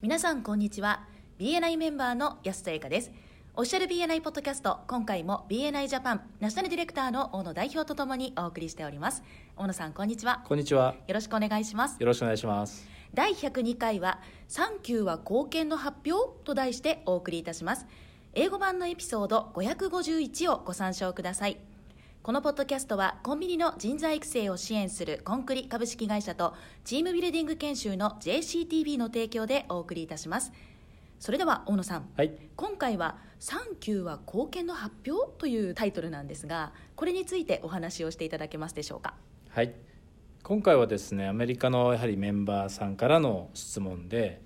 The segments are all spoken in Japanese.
皆さんこんにちは BNI メンバーの安田英香ですオフィシャル BNI ポッドキャスト今回も BNI ジャパンナショナルディレクターの大野代表とともにお送りしております大野さんこんにちはこんにちは。よろしくお願いしますよろしくお願いします。第102回は「産休は貢献の発表」と題してお送りいたします英語版のエピソード551をご参照くださいこのポッドキャストはコンビニの人材育成を支援するコンクリ株式会社とチームビルディング研修の JCTV の提供でお送りいたしますそれでは大野さん、はい。今回は「産休は貢献の発表」というタイトルなんですがこれについてお話をしていただけますでしょうかはい。今回はですね、アメリカのやはりメンバーさんからの質問で、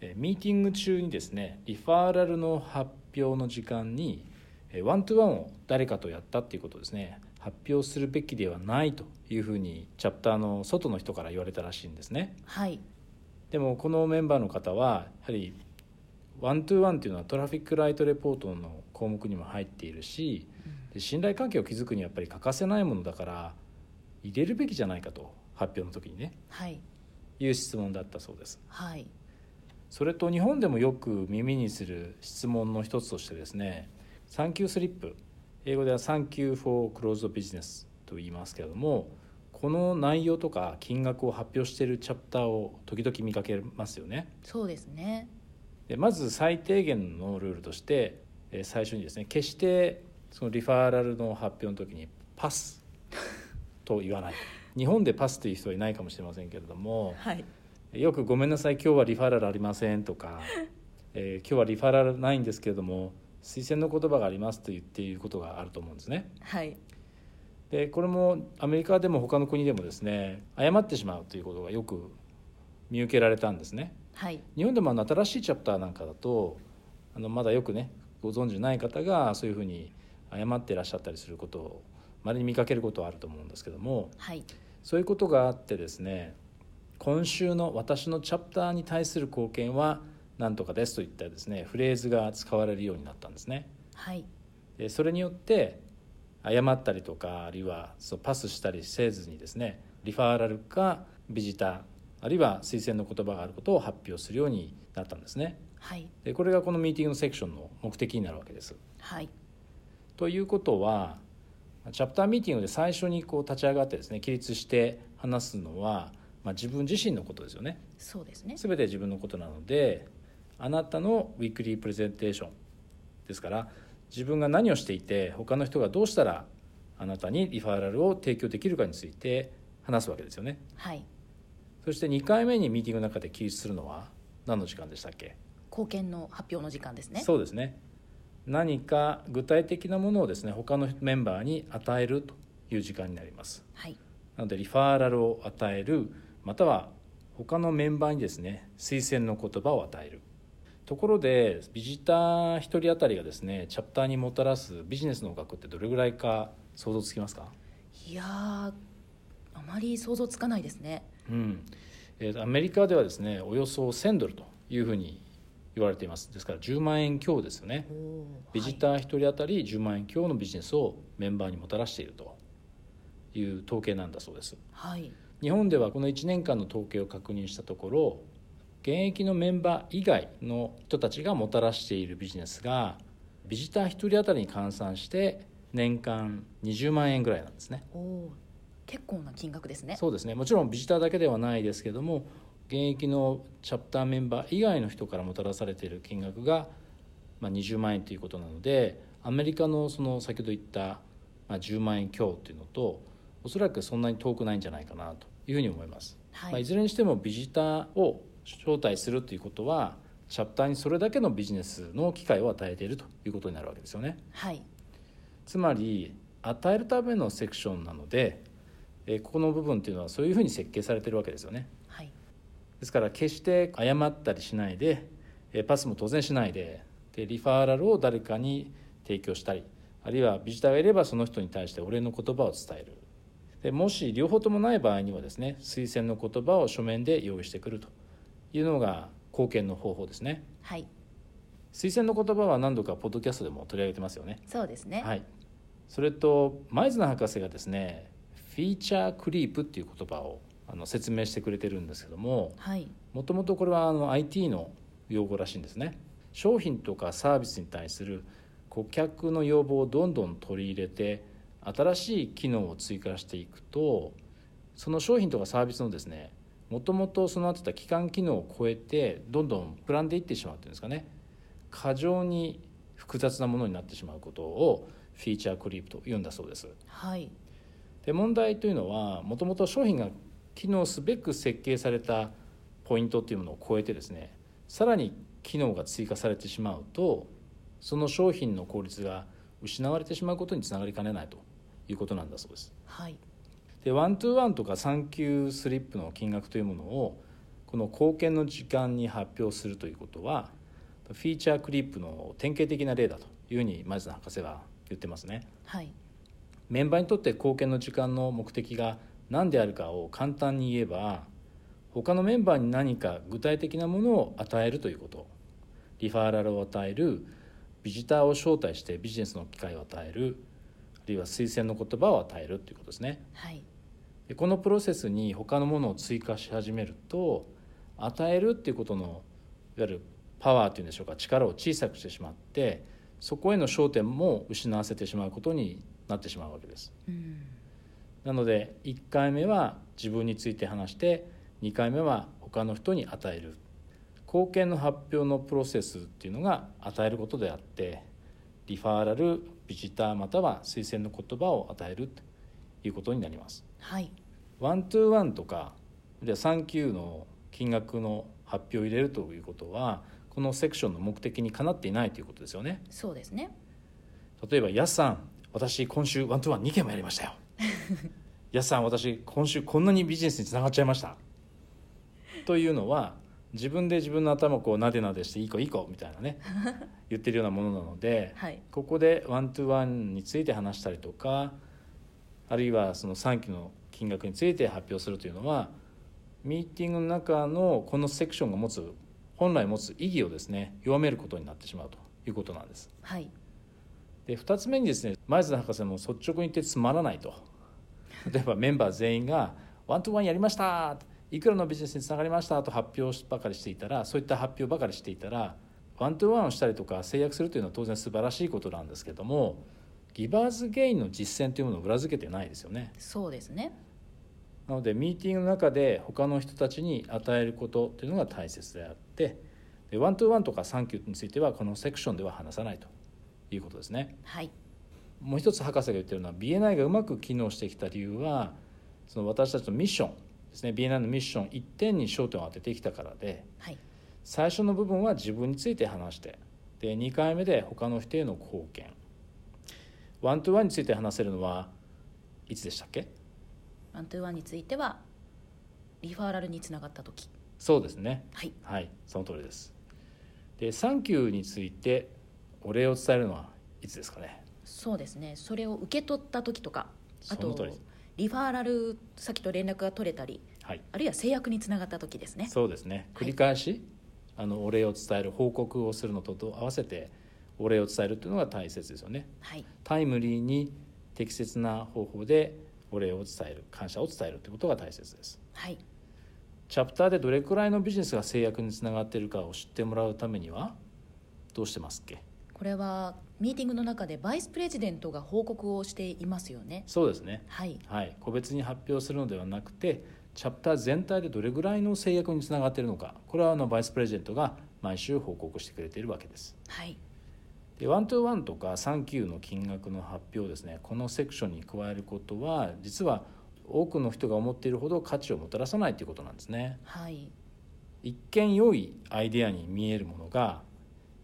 えーミーティング中にですね、リファーラルの発表の時間に、えーワントゥーワンを誰かとやったっていうことですね、発表するべきではないというふうに、チャプターの外の人から言われたらしいんですね。はいでもこのメンバーの方はやはりワントゥーワンっていうのはトラフィックライトレポートの項目にも入っているし、で信頼関係を築くにはやっぱり欠かせないものだから入れるべきじゃないかと発表の時にねはいいう質問だったそうですはいそれと日本でもよく耳にする質問の一つとしてですね産休スリップ英語では産休 for closed business と言いますけれどもこの内容とか金額を発表しているチャプターを時々見かけますよねそうですねでまず最低限のルールとしてえー最初にですね決してそのリファーラルの発表の時に「パス」と言わない日本でパスという人はいないかもしれませんけれどもはいよく「ごめんなさい今日はリファーラルありません」とか、えー今日はリファーラルないんですけれども推薦の言葉があります」と言っていることがあると思うんですね。はいでこれもアメリカでも他の国でもですね誤ってしまうということがよく見受けられたんですね。はい日本でもあの新しいチャプターなんかだとあのまだよくねご存じない方がそういうふうに誤っていらっしゃったりすることをまれに見かけることはあると思うんですけどもはいそういうことがあってですね今週の私のチャプターに対する貢献はなんとかですといったですねフレーズが使われるようになったんですね。はいでそれによって謝ったりとかあるいはそうパスしたりせずにですねリファーラルかビジターあるいは推薦の言葉があることを発表するようになったんですねはいでこれがこのミーティングのセクションの目的になるわけですはいということはチャプターミーティングで最初にこう立ち上がってですね起立して話すのは、まあ、自分自身のことですよねそうですね全て自分のことなのであなたのウィークリープレゼンテーションですから自分が何をしていて他の人がどうしたらあなたにリファーラルを提供できるかについて話すわけですよねはいそして2回目にミーティングの中で起立するのは何の時間でしたっけ、貢献の発表の時間ですねそうですね何か具体的なものをですね他のメンバーに与えるという時間になりますはいなのでリファーラルを与えるまたは他のメンバーにですね推薦の言葉を与えるところでビジター1人当たりがですねチャプターにもたらすビジネスの額ってどれぐらいか想像つきますか、いやーあまり想像つかないですねうんえーアメリカではですねおよそ1000ドルというふうに言われていますですから10万円強ですよねおおビジー、ター1人当たり10万円強のビジネスをメンバーにもたらしているという統計なんだそうですはいはい、日本ではこの1年間の統計を確認したところ現役のメンバー以外の人たちがもたらしているビジネスがビジター1人当たりに換算して年間20万円ぐらいなんですねおおー結構な金額ですねそうですねもちろんビジターだけではないですけども現役のチャプターメンバー以外の人からもたらされている金額が、まあ、20万円ということなのでアメリカのその先ほど言った、まあ、10万円強というのとおそらくそんなに遠くないんじゃないかなというふうに思います。はい、まあ、いずれにしてもビジターを招待するということはチャプターにそれだけのビジネスの機会を与えているということになるわけですよねはいつまり与えるためのセクションなので、えーここの部分というのはそういうふうに設計されているわけですよねはいですから決して誤ったりしないで、えーパスも当然しないででリファーラルを誰かに提供したりあるいはビジターがいればその人に対してお礼の言葉を伝えるでもし両方ともない場合にはですね推薦の言葉を書面で用意してくるというのが貢献の方法ですねはい推薦の言葉は何度かポッドキャストでも取り上げてますよねそうですねはいそれと前綱博士がですねフィーチャークリープっていう言葉をあの説明してくれてるんですけどもはいもともとこれはあの IT の用語らしいんですね商品とかサービスに対する顧客の要望をどんどん取り入れて新しい機能を追加していくとその商品とかサービスのですねもともと備わってた基幹機能を超えてどんどん膨らんでいってしまうっていうんですかね過剰に複雑なものになってしまうことをフィーチャークリープと言うんだそうですはいで問題というのはもともと商品が機能すべく設計されたポイントというものを超えてですねさらに機能が追加されてしまうとその商品の効率が失われてしまうことにつながりかねないということなんだそうですはいでワントゥーワンとか産休スリップの金額というものをこの貢献の時間に発表するということはフィーチャークリップの典型的な例だというふうに前津博士は言ってますねはいメンバーにとって貢献の時間の目的が何であるかを簡単に言えば他のメンバーに何か具体的なものを与えるということリファーラルを与えるビジターを招待してビジネスの機会を与えるあるいは推薦の言葉を与えるということですねはいでこのプロセスに他のものを追加し始めると与えるっていうことのいわゆるパワーというんでしょうか力を小さくしてしまってそこへの焦点も失わせてしまうことになってしまうわけですうんなので1回目は自分について話して2回目は他の人に与える貢献の発表のプロセスっていうのが与えることであってリファーラルビジターまたは推薦の言葉を与えるということになりますはいワントゥーワンとかあるいはサンキューの金額の発表を入れるということはこのセクションの目的にかなっていないということですよねそうですね例えば「やすさん私今週ワントゥーワン2件もやりましたよ」「やすさん私今週こんなにビジネスにつながっちゃいました」というのは自分で自分の頭をこうなでなでして「いい子いい子」みたいなね言ってるようなものなので、はいここでワントゥーワンについて話したりとかあるいはその3期の金額について発表するというのはミーティングの中のこのセクションが持つ本来持つ意義をですね弱めることになってしまうということなんです。はいで2つ目にですね前津博士も率直に言ってつまらないと例えばメンバー全員が「ワントゥワンやりました!」いくらのビジネスにつながりましたと発表ばかりしていたらそういった発表ばかりしていたらワントゥワンをしたりとか制約するというのは当然素晴らしいことなんですけどもギバーズゲインの実践というものを裏付けてないですよねそうですねなのでミーティングの中で他の人たちに与えることというのが大切であってでワントゥワンとかサンキューについてはこのセクションでは話さないということですね。はいもう一つ博士が言ってるのは BNI がうまく機能してきた理由はその私たちのミッションですね BNI のミッション1点に焦点を当ててきたからではい最初の部分は自分について話してで2回目で他の人への貢献ワントゥワンについて話せるのはいつでしたっけワントゥーワンについてはリファーラルにつながった時そうですねはいはいその通りですで「サンキュー」についてお礼を伝えるのはいつですかねそうですねそれを受け取った時とかあそのと通りですリファーラル先と連絡が取れたりはいあるいは制約につながった時ですねそうですねは繰いり返し、あのお礼を伝える報告をするのとと合わせてお礼を伝えるっていうのが大切ですよねはいタイムリーに適切な方法でお礼を伝える感謝を伝えるということが大切ですはいチャプターでどれくらいのビジネスが制約につながっているかを知ってもらうためにはどうしてますっけこれはミーティングの中でバイスプレジデントが報告をしていますよねそうですねはいはい個別に発表するのではなくてチャプター全体でどれぐらいの制約につながっているのかこれはあのバイスプレゼントが毎週報告してくれているわけですはいでワントゥーワンとかサンキューの金額の発表をですねこのセクションに加えることは実は多くの人が思っているほど価値をもたらさないということなんですねはい一見良いアイデアに見えるものが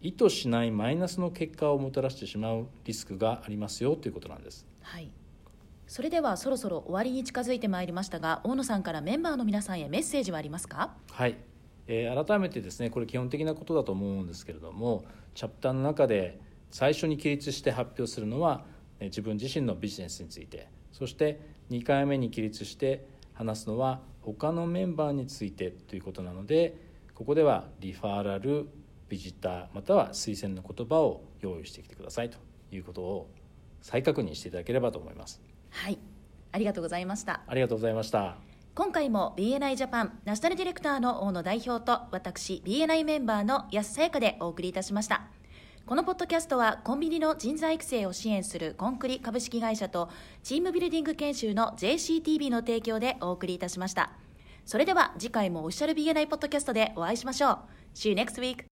意図しないマイナスの結果をもたらしてしまうリスクがありますよということなんですはいそれではそろそろ終わりに近づいてまいりましたが大野さんからメンバーの皆さんへメッセージはありますかはい、えー改めてですねこれ基本的なことだと思うんですけれどもチャプターの中で最初に起立して発表するのはえー自分自身のビジネスについてそして2回目に起立して話すのは他のメンバーについてということなのでここではリファーラルビジターまたは推薦の言葉を用意してきてくださいということを再確認していただければと思いますはいありがとうございましたありがとうございました今回も BNI ジャパンナショナルディレクターの大野代表と私 BNI メンバーの安さやかでお送りいたしましたこのポッドキャストはコンビニの人材育成を支援するコンクリ株式会社とチームビルディング研修の JCTV の提供でお送りいたしましたそれでは次回もオフィシャル BNI ポッドキャストでお会いしましょう See you next week!